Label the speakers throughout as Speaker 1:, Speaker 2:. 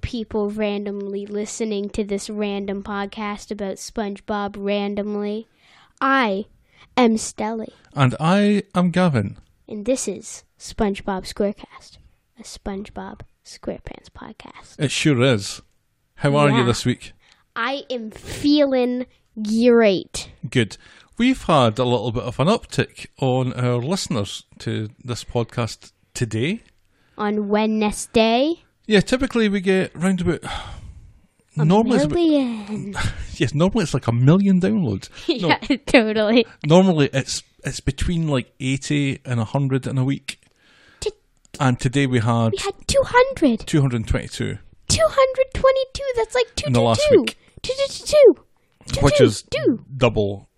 Speaker 1: people randomly listening to this random podcast about SpongeBob randomly. I am Stelly,
Speaker 2: And I am Gavin.
Speaker 1: and this is SpongeBob SquareCast, a SpongeBob SquarePants podcast.
Speaker 2: It sure is. How are
Speaker 1: Yeah.
Speaker 2: you this week?
Speaker 1: I am feeling great.
Speaker 2: Good. We've had a little bit of an uptick on our listeners to this podcast today.
Speaker 1: On Wednesday,
Speaker 2: Yeah, typically we get round about.
Speaker 1: a
Speaker 2: Normally, it's about-
Speaker 1: million.
Speaker 2: yes, normally it's like a million downloads. No,
Speaker 1: yeah, totally.
Speaker 2: normally it's it's between like eighty and hundred in a week.
Speaker 1: T-
Speaker 2: And today we had
Speaker 1: We had 200.
Speaker 2: two hundred and twenty-two,
Speaker 1: 222. That's like two
Speaker 2: In the
Speaker 1: two,
Speaker 2: last
Speaker 1: two.
Speaker 2: week.
Speaker 1: Two, two, two, two. Two,
Speaker 2: which
Speaker 1: two,
Speaker 2: is
Speaker 1: two.
Speaker 2: double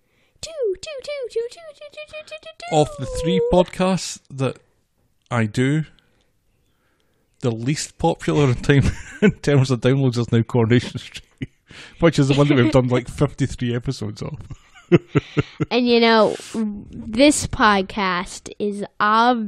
Speaker 1: Two, two, two, two, two, two, two, two, two, two, two.
Speaker 2: of the three podcasts that I do, the least popular in time in terms of downloads is now Coronation Street, which is the one that we've done like fifty-three episodes of.
Speaker 1: And you know, this podcast is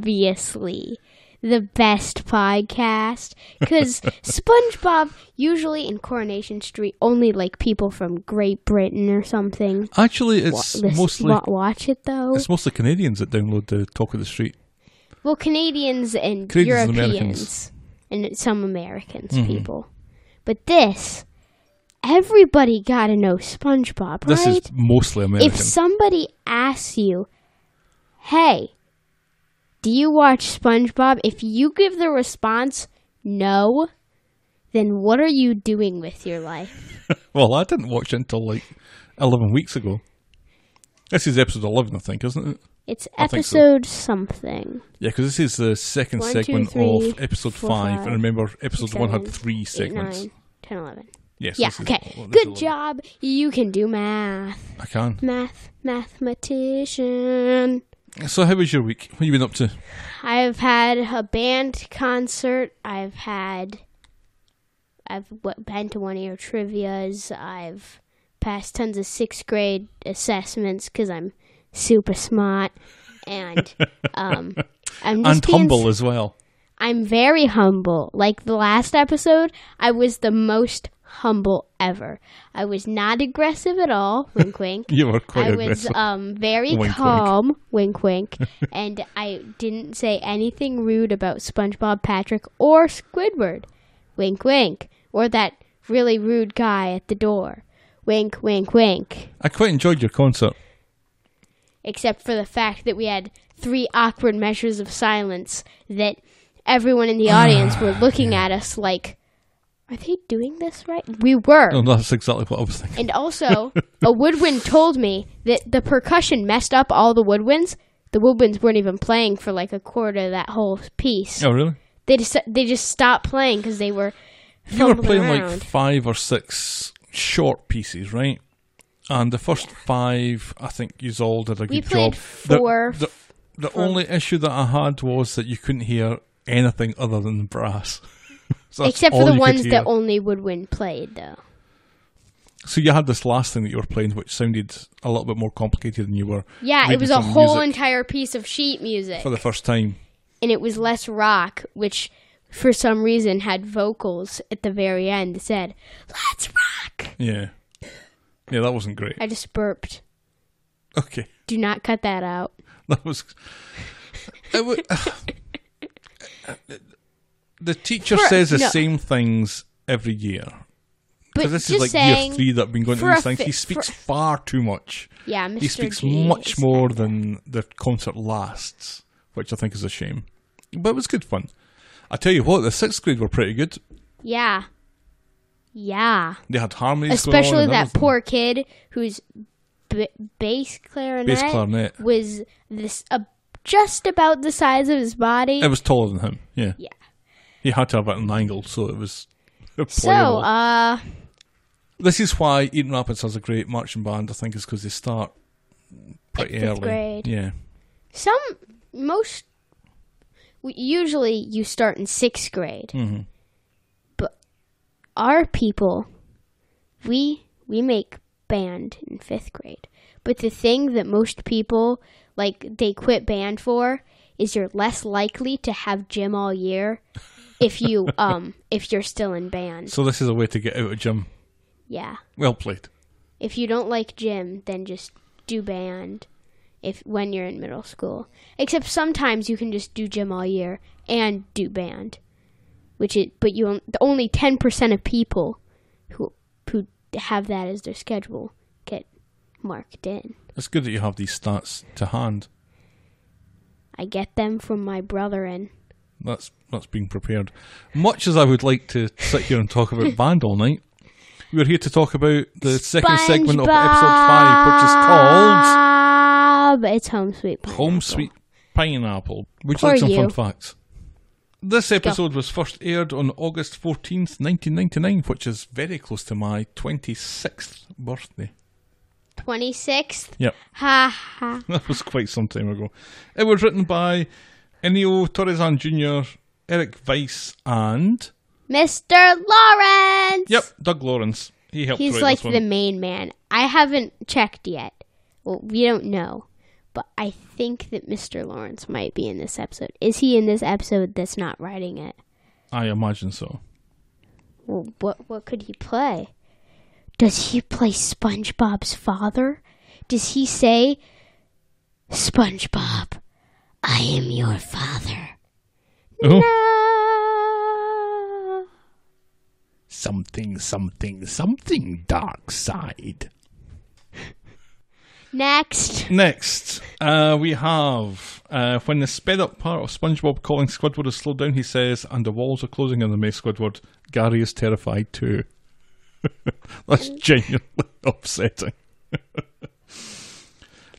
Speaker 1: obviously the best podcast because SpongeBob usually in Coronation Street only like people from Great Britain or something
Speaker 2: Actually,
Speaker 1: wa-
Speaker 2: it's
Speaker 1: lis-
Speaker 2: mostly
Speaker 1: wa- watch it though.
Speaker 2: it's mostly Canadians that download the Talk of the Street.
Speaker 1: Well, Canadians and
Speaker 2: Canadians and
Speaker 1: Europeans and, some Americans people. But this, everybody got to know SpongeBob,
Speaker 2: This
Speaker 1: right?
Speaker 2: is mostly American.
Speaker 1: if somebody asks you, "Hey, do you watch SpongeBob?" If you give the response no, then what are you doing with your life?
Speaker 2: well, I didn't watch it until like eleven weeks ago. This is episode eleven, I think, isn't it?
Speaker 1: It's
Speaker 2: I think so.
Speaker 1: episode something.
Speaker 2: Yeah, because this is the second
Speaker 1: One, two,
Speaker 2: segment
Speaker 1: three,
Speaker 2: of episode
Speaker 1: four,
Speaker 2: five,
Speaker 1: five,
Speaker 2: and remember, episode
Speaker 1: six,
Speaker 2: one
Speaker 1: seven,
Speaker 2: had three
Speaker 1: Eight,
Speaker 2: segments.
Speaker 1: nine, 10, 11.
Speaker 2: Yes.
Speaker 1: Yeah,
Speaker 2: this is-
Speaker 1: okay.
Speaker 2: well, this is
Speaker 1: Good
Speaker 2: a-
Speaker 1: job. You can do math.
Speaker 2: I can.
Speaker 1: Math, mathematician.
Speaker 2: So, how was your week? What have you been up to?
Speaker 1: I've had a band concert. I've had. I've w- been to one of your trivia's. I've passed tons of sixth grade assessments because I'm super smart, and um, I'm just
Speaker 2: and
Speaker 1: being s-
Speaker 2: humble as well.
Speaker 1: I'm very humble. Like the last episode, I was the most humble ever. I was not aggressive at all. Wink, wink.
Speaker 2: You were quite
Speaker 1: I
Speaker 2: aggressive.
Speaker 1: was um, very
Speaker 2: Wink, wink.
Speaker 1: calm, wink wink, and I didn't say anything rude about SpongeBob Patrick or Squidward, wink wink, or that really rude guy at the door, wink wink wink.
Speaker 2: I quite enjoyed your concert.
Speaker 1: Except for the fact that we had three awkward measures of silence that everyone in the audience were looking at us like, "Are they doing this right?" We were.
Speaker 2: No, that's exactly what I was thinking.
Speaker 1: And also, a woodwind told me that the percussion messed up all the woodwinds. The woodwinds weren't even playing for like a quarter of that whole piece.
Speaker 2: Oh, really?
Speaker 1: They just they just stopped playing because they were
Speaker 2: You were
Speaker 1: fumbling
Speaker 2: playing
Speaker 1: around.
Speaker 2: like five or six short pieces, right? And the first five, I think you all did a
Speaker 1: we
Speaker 2: good
Speaker 1: played
Speaker 2: job. The-
Speaker 1: four.
Speaker 2: The, the only issue that I had was that you couldn't hear anything other than the brass. So that's
Speaker 1: Except for
Speaker 2: all
Speaker 1: the
Speaker 2: you could
Speaker 1: ones that
Speaker 2: hear.
Speaker 1: only woodwind played, though.
Speaker 2: So you had this last thing that you were playing, which sounded a little bit more complicated than you were
Speaker 1: Yeah, it
Speaker 2: Maybe
Speaker 1: was a
Speaker 2: some
Speaker 1: whole
Speaker 2: music.
Speaker 1: entire piece of sheet music,
Speaker 2: for the first time.
Speaker 1: and it was less rock, which for some reason had vocals at the very end that said, "Let's rock."
Speaker 2: Yeah. Yeah, that wasn't great.
Speaker 1: I just burped.
Speaker 2: Okay.
Speaker 1: Do not cut that out.
Speaker 2: That was. It wa- the teacher
Speaker 1: For-
Speaker 2: says the
Speaker 1: no.
Speaker 2: same things every year.
Speaker 1: But
Speaker 2: So this
Speaker 1: just
Speaker 2: is like
Speaker 1: saying,
Speaker 2: year three that I've been going
Speaker 1: for
Speaker 2: to
Speaker 1: a
Speaker 2: these things.
Speaker 1: fi-
Speaker 2: he speaks far too much.
Speaker 1: Yeah, Mr.
Speaker 2: He speaks
Speaker 1: G
Speaker 2: much
Speaker 1: is-
Speaker 2: more than the concert lasts, which I think is a shame. But it was good fun. I tell you what, the sixth grade were pretty good.
Speaker 1: Yeah, yeah.
Speaker 2: They had harmonies, going on
Speaker 1: Especially
Speaker 2: and
Speaker 1: that
Speaker 2: everything.
Speaker 1: poor kid whose b- bass clarinet
Speaker 2: bass clarinet.
Speaker 1: was this uh, just about the size of his body.
Speaker 2: It was taller than him. Yeah.
Speaker 1: Yeah.
Speaker 2: He had to have it at an angle, so it was.
Speaker 1: so,
Speaker 2: playable.
Speaker 1: uh,
Speaker 2: This is why Eaton Rapids has a great marching band. I think is because they start pretty
Speaker 1: At fifth
Speaker 2: early.
Speaker 1: grade.
Speaker 2: Yeah,
Speaker 1: some most w- usually you start in sixth grade,
Speaker 2: Mhm.
Speaker 1: but our people we we make band in fifth grade. But the thing that most people like they quit band for is you're less likely to have gym all year if you um if you're still in band.
Speaker 2: So this is a way to get out of gym.
Speaker 1: Yeah.
Speaker 2: Well played.
Speaker 1: If you don't like gym, then just do band if when you're in middle school. Except sometimes you can just do gym all year and do band. Which is but you on- the only 10% of people who who have that as their schedule get marked in.
Speaker 2: It's good that you have these stats to hand.
Speaker 1: I get them from my brethren.
Speaker 2: That's that's being prepared. Much as I would like to sit here and talk about band all night, we are here to talk about the second segment of episode five, which is called
Speaker 1: called. It's Home Sweet Pineapple.
Speaker 2: Home Sweet Pineapple. Would you
Speaker 1: Poor
Speaker 2: like some fun
Speaker 1: you.
Speaker 2: facts? This episode was first aired on August fourteenth, nineteen ninety nine, which is very close to my twenty sixth birthday.
Speaker 1: 26th.
Speaker 2: Yep.
Speaker 1: Ha ha.
Speaker 2: That was quite some time ago. It was written by Ennio Torresan Jr., Eric Weiss, and
Speaker 1: Mr. Lawrence!
Speaker 2: yep, Doug Lawrence. He helped
Speaker 1: He's
Speaker 2: write
Speaker 1: like
Speaker 2: this one.
Speaker 1: the main man. I haven't checked yet. Well, we don't know. But I think that Mr. Lawrence might be in this episode. Is he in this episode that's not writing it?
Speaker 2: I imagine so.
Speaker 1: Well, what what could he play? Does he play SpongeBob's father? Does he say, SpongeBob, I am your father?
Speaker 2: Oh.
Speaker 1: No.
Speaker 2: Something, something, something dark side.
Speaker 1: Next.
Speaker 2: Next, uh, we have uh, when the sped up part of SpongeBob calling Squidward is slowed down, he says, and the walls are closing on the me, Squidward. Gary is terrified too. That's
Speaker 1: Mm.
Speaker 2: genuinely upsetting.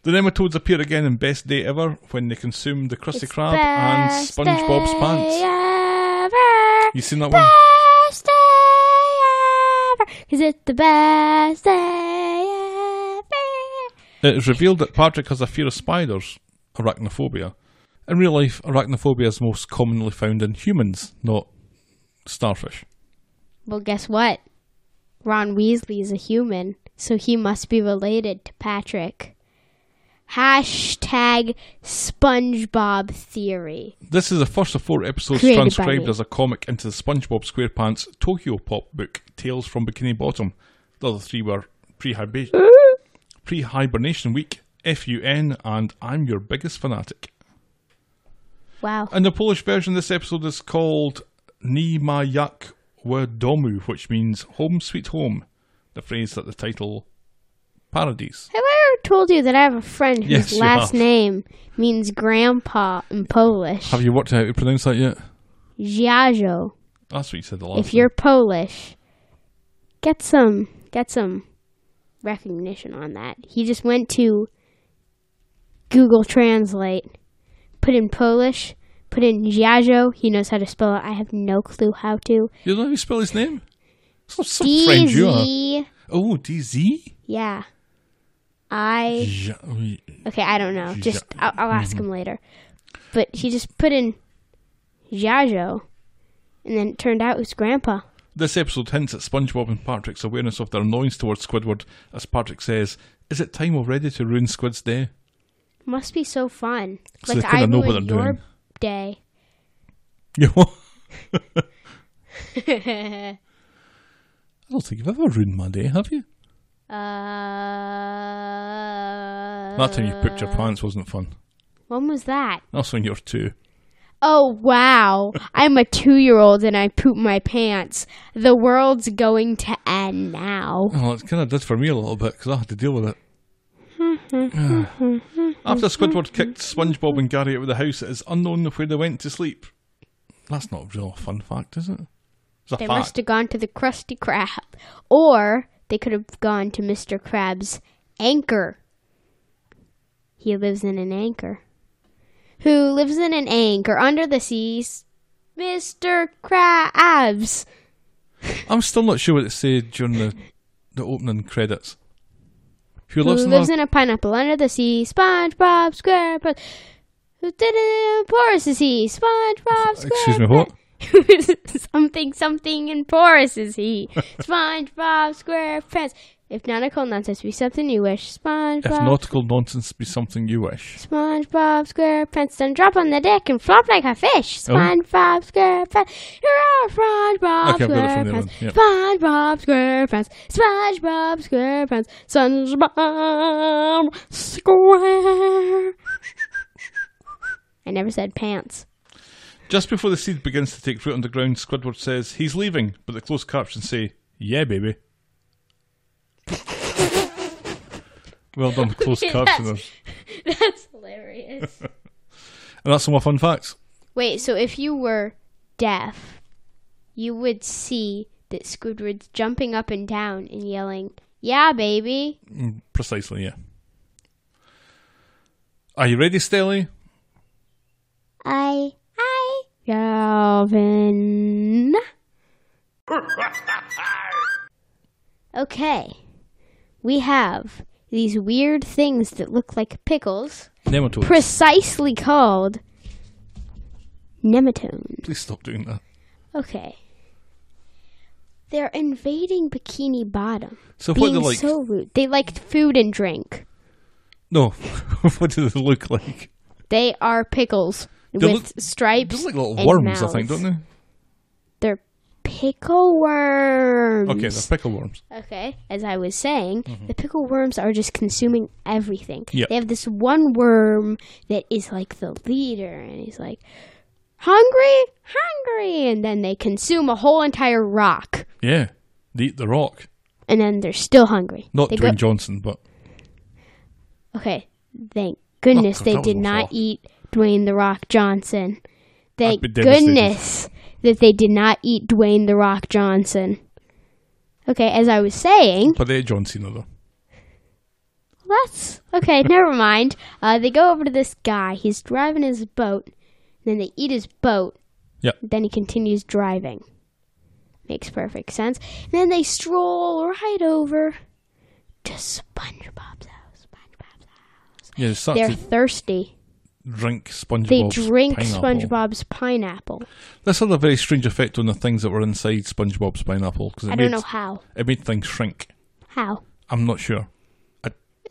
Speaker 2: the nematodes appear again in Best Day Ever when they consume the Krusty Krab and
Speaker 1: Best
Speaker 2: SpongeBob's
Speaker 1: day
Speaker 2: pants.
Speaker 1: ever.
Speaker 2: You seen that one?
Speaker 1: Best day ever. Is it the best day ever?
Speaker 2: It is revealed that Patrick has a fear of spiders, arachnophobia. In real life, arachnophobia is most commonly found in humans, not starfish.
Speaker 1: Well, guess what? Ron Weasley is a human, so he must be related to Patrick. Hashtag SpongeBob theory.
Speaker 2: This is the first of four episodes
Speaker 1: Created by
Speaker 2: transcribed
Speaker 1: me.
Speaker 2: as a comic into the SpongeBob SquarePants Tokyo Pop book, Tales from Bikini Bottom. The other three were Pre-Hibernation, Pre-Hibernation Week, FUN, and I'm Your Biggest Fanatic.
Speaker 1: Wow.
Speaker 2: In the Polish version, this episode is called Ni ma jak w domu, which means home sweet home, the phrase that the title parodies.
Speaker 1: Have I ever told you that I have a friend whose
Speaker 2: Yes, you
Speaker 1: last
Speaker 2: have.
Speaker 1: name means grandpa in Polish?
Speaker 2: Have you worked out how to pronounce that yet?
Speaker 1: Giajo.
Speaker 2: That's what you said the last
Speaker 1: If you're Polish, get some get some recognition on that. He just went to Google Translate, put in Polish, put in Giajo. He knows how to spell it. I have no clue how to.
Speaker 2: You don't know how you spell his name? It's not some friend you are.
Speaker 1: DZ.
Speaker 2: Oh, DZ?
Speaker 1: Yeah. I
Speaker 2: Ja-
Speaker 1: okay. I don't know. Just I'll, I'll ask him later. But he just put in Giajo, and then it turned out it was Grandpa.
Speaker 2: This episode hints at SpongeBob and Patrick's awareness of their annoyance towards Squidward, as Patrick says, Is it time already to ruin Squid's day?
Speaker 1: Must be so fun.
Speaker 2: So
Speaker 1: like
Speaker 2: they kinda
Speaker 1: I
Speaker 2: know what
Speaker 1: ruined
Speaker 2: they're
Speaker 1: your
Speaker 2: doing.
Speaker 1: day.
Speaker 2: You know? I don't think you've ever ruined my day, have you?
Speaker 1: Uh,
Speaker 2: That time you pooped your pants wasn't fun.
Speaker 1: When was that?
Speaker 2: That's when you're two.
Speaker 1: Oh wow! I'm a two-year-old and I poop my pants. The world's going to end now.
Speaker 2: Well, it kind of did for me a little bit because I had to deal with it. After Squidward kicked SpongeBob and Gary out of the house, it is unknown where they went to sleep. That's not a real fun fact, is it? It's a
Speaker 1: They
Speaker 2: fact.
Speaker 1: must have gone to the Krusty Krab, or they could have gone to Mr. Krab's anchor. He lives in an anchor. Who lives in an anchor under the seas? Mr. Krabs.
Speaker 2: I'm still not sure what it said during the, the opening credits. Who
Speaker 1: Who
Speaker 2: lives, in,
Speaker 1: lives
Speaker 2: a,
Speaker 1: in a pineapple under the sea? SpongeBob SquarePants. Who did it? in Porous is he? SpongeBob SquarePants.
Speaker 2: Excuse me, what?
Speaker 1: something, something, and porous is he? SpongeBob SquarePants. If nautical nonsense be something you wish, SpongeBob.
Speaker 2: If nautical nonsense be something you wish.
Speaker 1: SpongeBob SquarePants, then drop on the deck and flop like a fish.
Speaker 2: Oh.
Speaker 1: SpongeBob SquarePants, you're SpongeBob
Speaker 2: Okay, I've got it from the other
Speaker 1: SquarePants.
Speaker 2: one, yep.
Speaker 1: SpongeBob SquarePants, SpongeBob SquarePants, SpongeBob Square. I never said pants.
Speaker 2: Just before the seed begins to take root underground, Squidward says, He's leaving, but the closed captions say, Yeah, baby. well done, closed
Speaker 1: Yes.
Speaker 2: captioners.
Speaker 1: That's hilarious.
Speaker 2: And that's some more fun facts.
Speaker 1: Wait, so if you were deaf, you would see that Squidward's jumping up and down and yelling, Yeah, baby.
Speaker 2: Mm, Precisely, yeah. Are you ready, Stelly?
Speaker 1: I, I, Calvin. okay, we have these weird things that look like pickles,
Speaker 2: Nematodes.
Speaker 1: precisely called nematodes.
Speaker 2: Please stop doing that.
Speaker 1: Okay. They're invading Bikini Bottom.
Speaker 2: So what
Speaker 1: Being
Speaker 2: do they like?
Speaker 1: so rude. They like food and drink.
Speaker 2: no, what do they look like?
Speaker 1: They are pickles
Speaker 2: They
Speaker 1: with stripes.
Speaker 2: Just like little
Speaker 1: and
Speaker 2: worms, I
Speaker 1: mouths.
Speaker 2: think, don't they?
Speaker 1: They're pickle worms.
Speaker 2: Okay, they're pickle worms.
Speaker 1: Okay, as I was saying,
Speaker 2: Mm-hmm.
Speaker 1: the pickle worms are just consuming everything.
Speaker 2: Yep.
Speaker 1: They have this one worm that is like the leader, and he's like, hungry, hungry, and then they consume a whole entire rock,
Speaker 2: Yeah, they eat the rock.
Speaker 1: and then they're still hungry.
Speaker 2: Not
Speaker 1: they
Speaker 2: Dwayne
Speaker 1: go-
Speaker 2: Johnson, but
Speaker 1: Okay, thank goodness
Speaker 2: Oh, that
Speaker 1: they
Speaker 2: was
Speaker 1: did
Speaker 2: awful.
Speaker 1: not eat Dwayne the Rock Johnson. Thank
Speaker 2: be devastated.
Speaker 1: goodness that they did not eat Dwayne the Rock Johnson. Okay, as I was saying,
Speaker 2: but they ate John Cena though.
Speaker 1: That's okay. never mind. Uh, they go over to this guy. He's driving his boat. Then they eat his boat.
Speaker 2: Yep.
Speaker 1: Then he continues driving. Makes perfect sense. then they stroll right over to SpongeBob's house. SpongeBob's house.
Speaker 2: Yeah, they start
Speaker 1: They're
Speaker 2: to
Speaker 1: thirsty.
Speaker 2: drink SpongeBob.
Speaker 1: They drink
Speaker 2: pineapple.
Speaker 1: SpongeBob's pineapple.
Speaker 2: This had a very strange effect on the things that were inside SpongeBob's pineapple because it
Speaker 1: I
Speaker 2: made
Speaker 1: don't know how.
Speaker 2: it made things shrink.
Speaker 1: How?
Speaker 2: I'm not sure.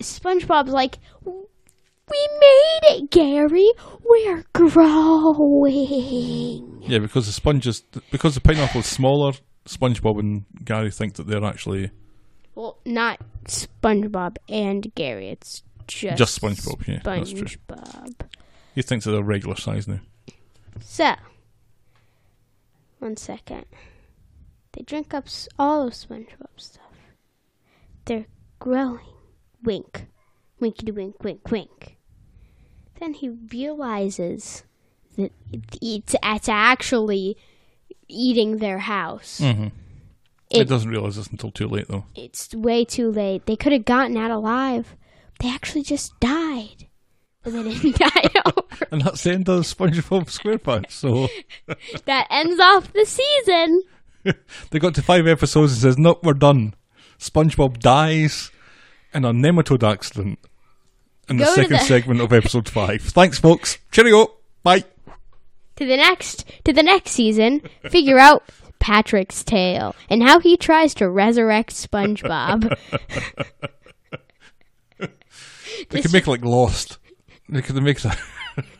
Speaker 1: SpongeBob's like, we made it, Gary. We're growing.
Speaker 2: Yeah, because the sponge is because the pineapple is smaller. SpongeBob and Gary think that they're actually
Speaker 1: Well, not SpongeBob and Gary. It's just
Speaker 2: Just SpongeBob, yeah, that's true.
Speaker 1: SpongeBob.
Speaker 2: he thinks that they're regular size now.
Speaker 1: So, one second. They drink up s- all of SpongeBob stuff. They're growing. Wink, winky wink, wink, wink. Then he realizes that it- it's, it's actually eating their house.
Speaker 2: Mm-hmm. It,
Speaker 1: It-
Speaker 2: doesn't realize this until too late though.
Speaker 1: it's way too late. They could have gotten out alive. They actually just died. But they didn't die over.
Speaker 2: And that's the end of SpongeBob SquarePants. So
Speaker 1: That ends off the season.
Speaker 2: they got to five episodes and says, "Nope, we're done." SpongeBob dies in a nematode accident in the
Speaker 1: Go to
Speaker 2: second
Speaker 1: the-
Speaker 2: segment of episode five. Thanks, folks. Cheerio. Bye.
Speaker 1: To the next to the next season, figure out Patrick's tale and how he tries to resurrect SpongeBob.
Speaker 2: They could make like Lost. They could make that.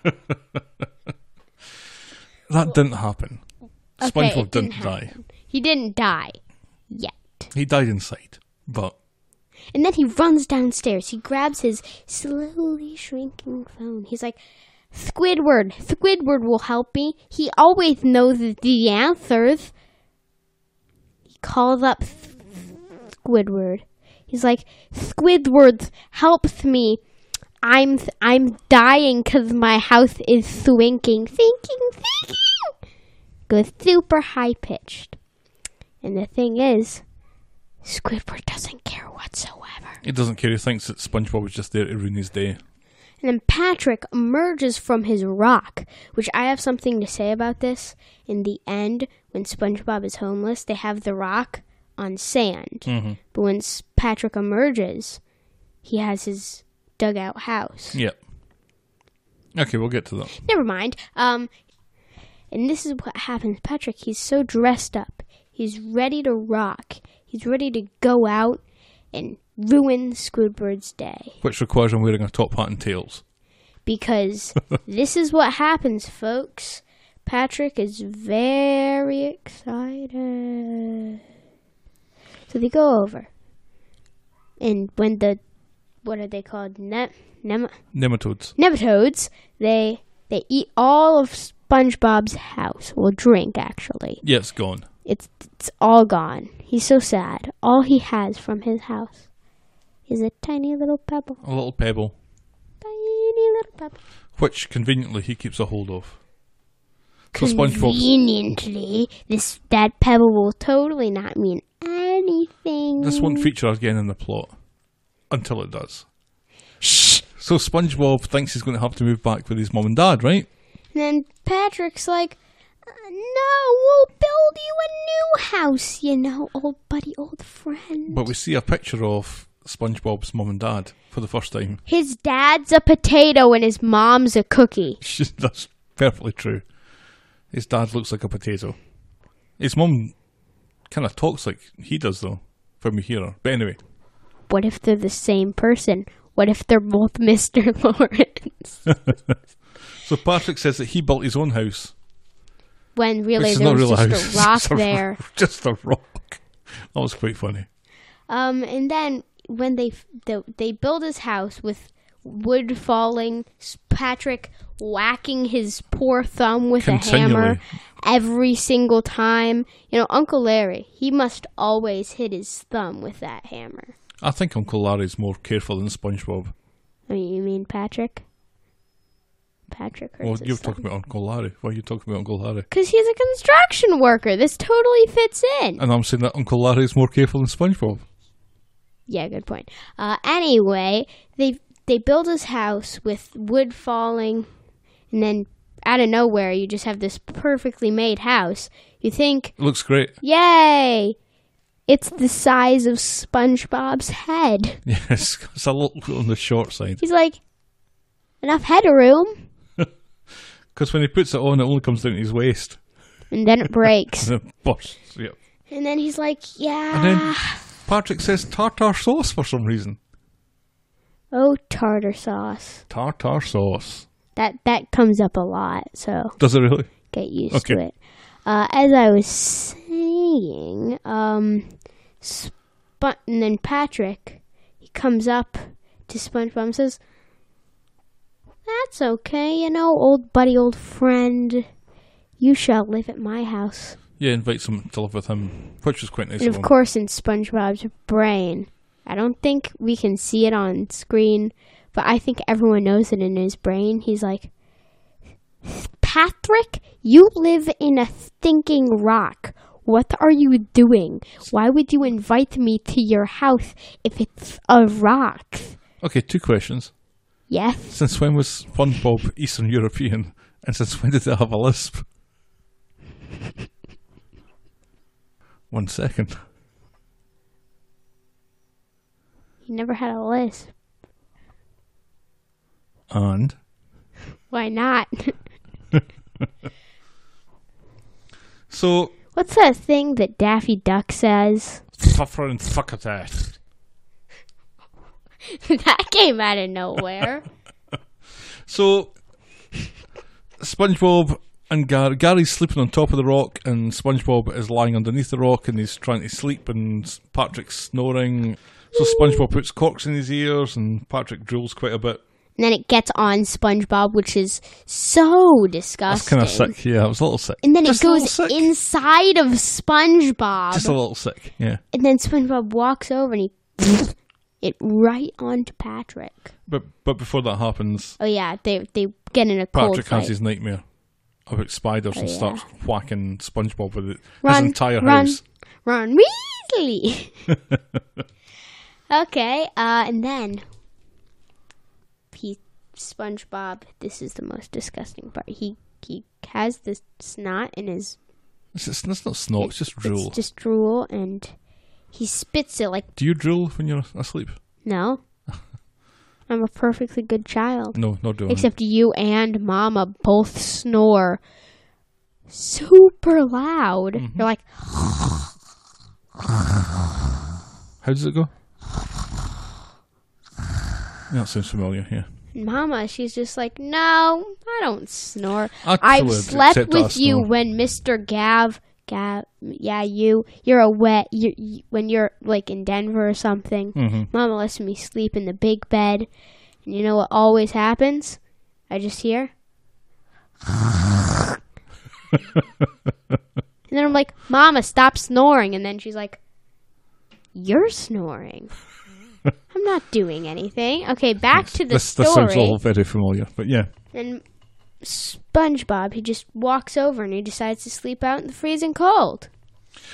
Speaker 2: that didn't happen.
Speaker 1: Okay,
Speaker 2: SpongeBob
Speaker 1: it
Speaker 2: didn't,
Speaker 1: didn't
Speaker 2: die.
Speaker 1: he didn't die yet.
Speaker 2: He died inside, but
Speaker 1: And then he runs downstairs. He grabs his slowly shrinking phone. He's like, Squidward, Squidward will help me. He always knows the answers. He calls up Squidward. He's like, Squidward helps me. I'm I'm dying because my house is swinking, sinking, sinking. Goes super high pitched. And the thing is, Squidward doesn't care whatsoever.
Speaker 2: he doesn't care. He thinks that SpongeBob was just there to ruin his day.
Speaker 1: And then Patrick emerges from his rock, which I have something to say about this. In the end, when SpongeBob is homeless, they have the rock on sand. But when S- Patrick emerges, he has his dugout house.
Speaker 2: Yep. Okay, we'll get to that.
Speaker 1: Never mind. Um, and this is what happens. Patrick, he's so dressed up. He's ready to rock. He's ready to go out and ruin Squidward's day
Speaker 2: which requires him wearing a top hat and tails.
Speaker 1: because this is what happens, folks. Patrick is very excited. So they go over. And when the what are they called? Ne- nem-
Speaker 2: Nematodes.
Speaker 1: nematodes, they they eat all of SpongeBob's house. Well, drink actually.
Speaker 2: Yeah, it's gone.
Speaker 1: It's it's all gone. He's so sad. All he has from his house is a tiny little pebble.
Speaker 2: A little pebble,
Speaker 1: Tiny little pebble.
Speaker 2: which conveniently he keeps a hold of. So SpongeBob.
Speaker 1: Conveniently, this that pebble will totally not mean anything.
Speaker 2: This won't feature again in the plot until it does.
Speaker 1: Shh.
Speaker 2: So SpongeBob thinks he's going to have to move back with his mum and dad, right?
Speaker 1: And then Patrick's like, "Uh, "No, we'll build you a new house, you know, old buddy, old friend."
Speaker 2: But we see a picture of SpongeBob's mum and dad for the first time.
Speaker 1: His dad's a potato and his mom's a cookie.
Speaker 2: That's perfectly true. His dad looks like a potato. His mum kind of talks like he does, though, from we hear her. But anyway,
Speaker 1: What if they're the same person? What if they're both Mr. Lawrence?
Speaker 2: so Patrick says that he built his own house
Speaker 1: When
Speaker 2: Which
Speaker 1: really
Speaker 2: is
Speaker 1: there
Speaker 2: not
Speaker 1: was
Speaker 2: real
Speaker 1: just
Speaker 2: house.
Speaker 1: a rock
Speaker 2: It's a-
Speaker 1: there.
Speaker 2: just a rock. That was quite funny.
Speaker 1: Um, and then when they f- the, they build his house with wood falling, s- Patrick whacking his poor thumb with a hammer
Speaker 2: Continually.
Speaker 1: every single time. You know, Uncle Larry, he must always hit his thumb with that hammer.
Speaker 2: I think Uncle Larry's more careful than SpongeBob.
Speaker 1: I mean, you mean Patrick? Patrick
Speaker 2: Well,
Speaker 1: hurts
Speaker 2: you're talking about Uncle Larry. Why are you talking about Uncle Larry?
Speaker 1: because he's a construction worker. This totally fits in.
Speaker 2: And I'm saying that Uncle Larry's more careful than SpongeBob.
Speaker 1: Yeah, good point. Uh, anyway, they they build his house with wood falling, and then out of nowhere you just have this perfectly made house. You think,
Speaker 2: It looks great.
Speaker 1: yay! It's the size of SpongeBob's head.
Speaker 2: Yes, it's a little on the short side.
Speaker 1: He's like, enough headroom,
Speaker 2: Because when he puts it on, it only comes down to his waist.
Speaker 1: and then it breaks.
Speaker 2: And it bursts. Yep.
Speaker 1: and then he's like, yeah.
Speaker 2: And then Patrick says tartar sauce for some reason.
Speaker 1: oh, tartar sauce.
Speaker 2: Tartar sauce.
Speaker 1: That that comes up a lot. So.
Speaker 2: Does it really?
Speaker 1: get used to
Speaker 2: Okay.
Speaker 1: it. Uh, as I was saying, um, Sp- and then Patrick, he comes up to SpongeBob and says, "That's okay, you know, old buddy, old friend. You shall live at my house."
Speaker 2: Yeah, invites him to live with him, which was quite nice
Speaker 1: And
Speaker 2: of
Speaker 1: of
Speaker 2: him.
Speaker 1: course, in SpongeBob's brain, I don't think we can see it on screen, but I think everyone knows it in his brain. He's like, Patrick, you live in a thinking rock. What are you doing? Why would you invite me to your house if it's a rock?
Speaker 2: Okay, two questions.
Speaker 1: Yes.
Speaker 2: Since when was SpongeBob Eastern European? And since when did they have a lisp? One second.
Speaker 1: He never had a lisp.
Speaker 2: And
Speaker 1: Why not?
Speaker 2: so
Speaker 1: What's that thing that Daffy Duck says?
Speaker 2: suffer and fuck at that.
Speaker 1: that came out of nowhere.
Speaker 2: So SpongeBob and Gar- Gary's sleeping on top of the rock, and SpongeBob is lying underneath the rock, and he's trying to sleep, and s- Patrick's snoring. So SpongeBob puts corks in his ears, and Patrick drools quite a bit.
Speaker 1: And then it gets on SpongeBob, which is so
Speaker 2: That's
Speaker 1: disgusting.
Speaker 2: kind of sick. Yeah, it was a little sick.
Speaker 1: And then
Speaker 2: Just
Speaker 1: it
Speaker 2: a little
Speaker 1: goes
Speaker 2: sick.
Speaker 1: inside of SpongeBob.
Speaker 2: Just a little sick. Yeah.
Speaker 1: and then SpongeBob walks over and he it right onto Patrick.
Speaker 2: But but before that happens,
Speaker 1: Oh yeah, they they get in a cold
Speaker 2: Patrick
Speaker 1: fight. Oh,
Speaker 2: has his nightmare about spiders and
Speaker 1: yeah.
Speaker 2: starts whacking SpongeBob with it, his
Speaker 1: Run,
Speaker 2: entire
Speaker 1: run.
Speaker 2: house.
Speaker 1: Ron Weasley. okay, uh, and then he SpongeBob. This is the most disgusting part. He he has this snot in his
Speaker 2: It's, just, it's not snot. It's just drool.
Speaker 1: It's just drool, and he spits it like
Speaker 2: Do you drool when you're asleep?
Speaker 1: no. I'm a perfectly good child,
Speaker 2: No, not drooling.
Speaker 1: except you and Mama both snore super
Speaker 2: Mm-hmm.
Speaker 1: loud. You're like,
Speaker 2: How does it go? That sounds familiar, yeah.
Speaker 1: Mama, she's just like, no, I don't snore. I've
Speaker 2: Absolutely,
Speaker 1: slept
Speaker 2: except I
Speaker 1: with you
Speaker 2: snore.
Speaker 1: when Mister Gav, Gav, yeah, you, you're a wet, you, you, when you're like in Denver or something.
Speaker 2: hmm
Speaker 1: Mama lets me sleep in the big bed, and you know what always happens? I just hear, and then I'm like, Mama, stop snoring, and then she's like, you're snoring. I'm not doing anything. Okay, back to the
Speaker 2: this,
Speaker 1: story.
Speaker 2: this sounds all very familiar, but yeah.
Speaker 1: And SpongeBob, he just walks over and he decides to sleep out in the freezing cold.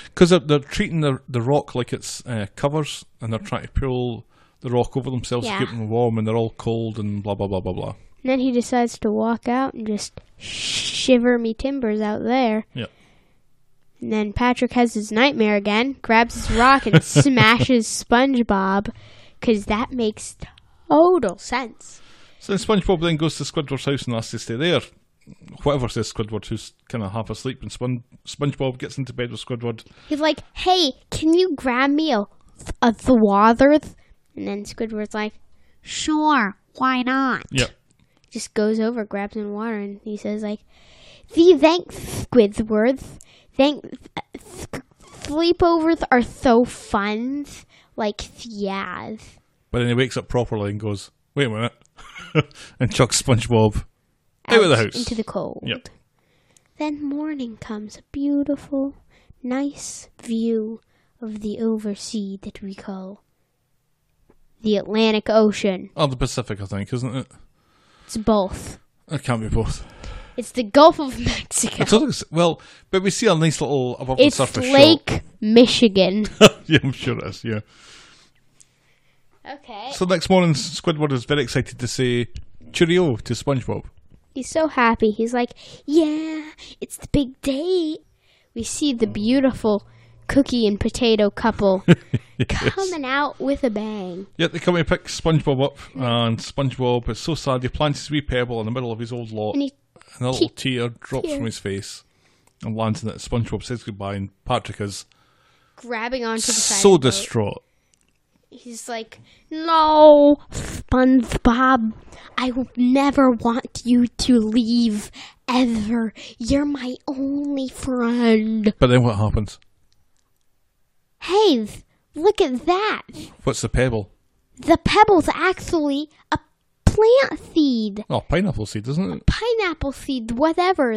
Speaker 2: Because they're, they're treating the, the rock like it's uh, covers, and they're trying to pull the rock over themselves
Speaker 1: Yeah.
Speaker 2: to keep them warm, and they're all cold and blah, blah, blah, blah, blah.
Speaker 1: And then he decides to walk out and just shiver me timbers out there.
Speaker 2: Yep.
Speaker 1: And then Patrick has his nightmare again, grabs his rock and smashes SpongeBob, because that makes total sense.
Speaker 2: So then SpongeBob then goes to Squidward's house and asks to stay there. Whatever says Squidward, who's kind of half asleep, and Spon- SpongeBob gets into bed with Squidward.
Speaker 1: He's like, "Hey, can you grab me a a thwather?" And then Squidward's like, "Sure, why not?"
Speaker 2: Yep.
Speaker 1: Just goes over, grabs in water, and he says like, "The thanks, Squidward. Thank th- sleepovers are so fun. Like, yeah."
Speaker 2: But then he wakes up properly and goes, wait a minute, and chucks SpongeBob. Out of the house.
Speaker 1: into the cold.
Speaker 2: Yep.
Speaker 1: Then morning comes, a beautiful, nice view of the oversea that we call the Atlantic Ocean.
Speaker 2: Oh, the Pacific, I think, isn't it?
Speaker 1: It's both.
Speaker 2: It can't be both.
Speaker 1: It's the Gulf of Mexico.
Speaker 2: I don't think it's- well, but we see a nice little above
Speaker 1: It's
Speaker 2: the surface
Speaker 1: Lake Michigan.
Speaker 2: shot. yeah, I'm sure it is, yeah.
Speaker 1: okay.
Speaker 2: So next morning, Squidward is very excited to say cheerio to SpongeBob.
Speaker 1: He's so happy. He's like, "Yeah, it's the big day." We see the beautiful cookie and potato couple coming out with a bang.
Speaker 2: Yet they come and pick SpongeBob up, and SpongeBob is so sad he plants his wee pebble in the middle of his old lot,
Speaker 1: And
Speaker 2: and,
Speaker 1: he
Speaker 2: a little
Speaker 1: te-
Speaker 2: tear drops
Speaker 1: tear.
Speaker 2: from his face and lands in it. SpongeBob says goodbye, and Patrick is
Speaker 1: grabbing onto the side.
Speaker 2: so
Speaker 1: of the boat.
Speaker 2: distraught.
Speaker 1: He's like, No, SpongeBob, I will never want you to leave ever. You're my only friend.
Speaker 2: But then what happens?
Speaker 1: Hey, look at that.
Speaker 2: What's the pebble?
Speaker 1: The pebble's actually a plant seed,
Speaker 2: Oh, pineapple seed, isn't it?
Speaker 1: pineapple seed, whatever.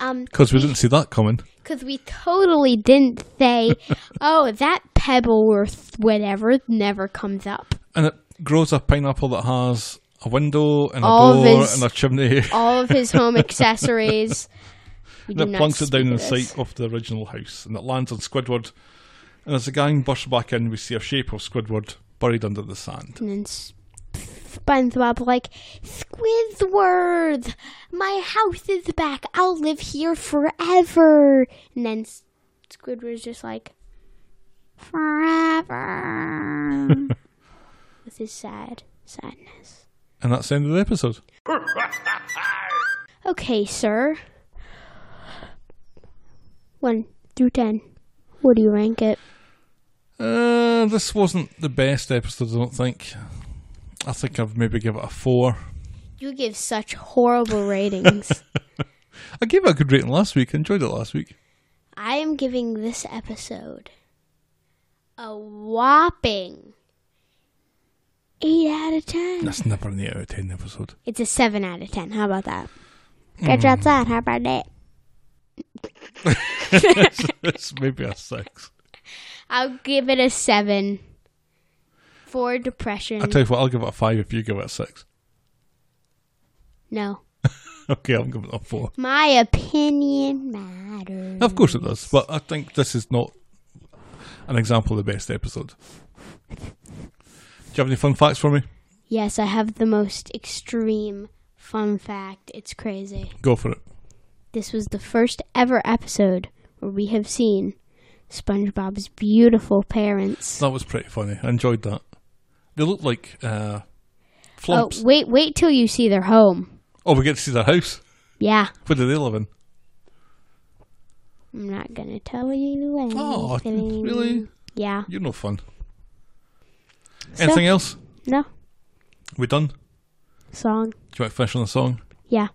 Speaker 1: Um,
Speaker 2: Because we didn't see that coming.
Speaker 1: Because we totally didn't say, oh, that pebble or th- whatever never comes up.
Speaker 2: And it grows a pineapple that has a window and a
Speaker 1: All of
Speaker 2: door
Speaker 1: his-
Speaker 2: and a chimney,
Speaker 1: All of his home accessories. We do
Speaker 2: and it
Speaker 1: not
Speaker 2: plunks it down
Speaker 1: speak
Speaker 2: in
Speaker 1: of this.
Speaker 2: sight of the original house, and it lands on Squidward. And as the gang bursts back in, we see a shape of Squidward buried under the sand.
Speaker 1: And then S- SpongeBob like, Squidward, my house is back. I'll live here forever. And then S- Squidward's just like, forever, with his sad sadness.
Speaker 2: And that's the end of the episode.
Speaker 1: Okay, sir. One through ten. What do you rank it?
Speaker 2: Uh, this wasn't the best episode, I don't think. I think I've maybe give it a four.
Speaker 1: You give such horrible ratings.
Speaker 2: I gave it a good rating last week. I enjoyed it last week.
Speaker 1: I am giving this episode a whopping 8 out of 10.
Speaker 2: That's never an eight out of ten episode.
Speaker 1: It's a 7 out of 10. How about that?
Speaker 2: Hmm.
Speaker 1: Catch outside. How about that?
Speaker 2: it's maybe a six.
Speaker 1: I'll give it a 7 for depression.
Speaker 2: I tell you what, I'll give it a five if you give it a six.
Speaker 1: no.
Speaker 2: Okay, I'll give it a four.
Speaker 1: My opinion matters.
Speaker 2: Of course it does, but I think this is not an example of the best episode. Do you have any fun facts for me?
Speaker 1: Yes, I have the most extreme fun fact. It's crazy.
Speaker 2: Go for it.
Speaker 1: This was the first ever episode where we have seen SpongeBob's beautiful parents.
Speaker 2: That was pretty funny. I enjoyed that. They look like uh,
Speaker 1: Oh,
Speaker 2: flumps.
Speaker 1: wait, wait till you see their home.
Speaker 2: oh, we get to see their house.
Speaker 1: Yeah,
Speaker 2: Where do they live in?
Speaker 1: I'm not gonna tell you
Speaker 2: Oh,
Speaker 1: anything.
Speaker 2: really?
Speaker 1: Yeah.
Speaker 2: You're no fun.
Speaker 1: So-
Speaker 2: Anything else?
Speaker 1: No.
Speaker 2: We done? Do
Speaker 1: Song.
Speaker 2: you want to finish on the song?
Speaker 1: Yeah.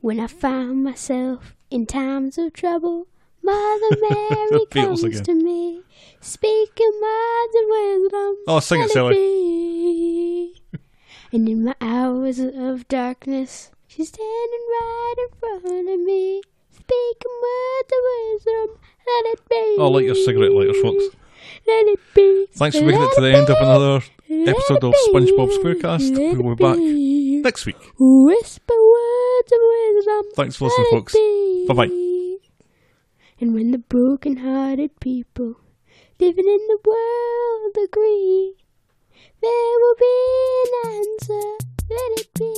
Speaker 1: When I find myself in times of trouble, Mother Mary
Speaker 2: Beatles
Speaker 1: comes
Speaker 2: again.
Speaker 1: to me, speaking words of wisdom.
Speaker 2: Oh, sing it,
Speaker 1: let
Speaker 2: Sally.
Speaker 1: be. And in my hours of darkness, she's standing right in front of me, speaking words of wisdom. Let it be.
Speaker 2: Oh, like your cigarette lighters, folks.
Speaker 1: Let it be.
Speaker 2: Thanks for making it to the end of another episode of SpongeBob SquareCast. We will be back
Speaker 1: back
Speaker 2: next week.
Speaker 1: Whisper words of wisdom.
Speaker 2: Thanks for listening,
Speaker 1: let it
Speaker 2: folks.
Speaker 1: be.
Speaker 2: Bye-bye.
Speaker 1: And when the broken-hearted people living in the world agree, there will be an answer. Let it be.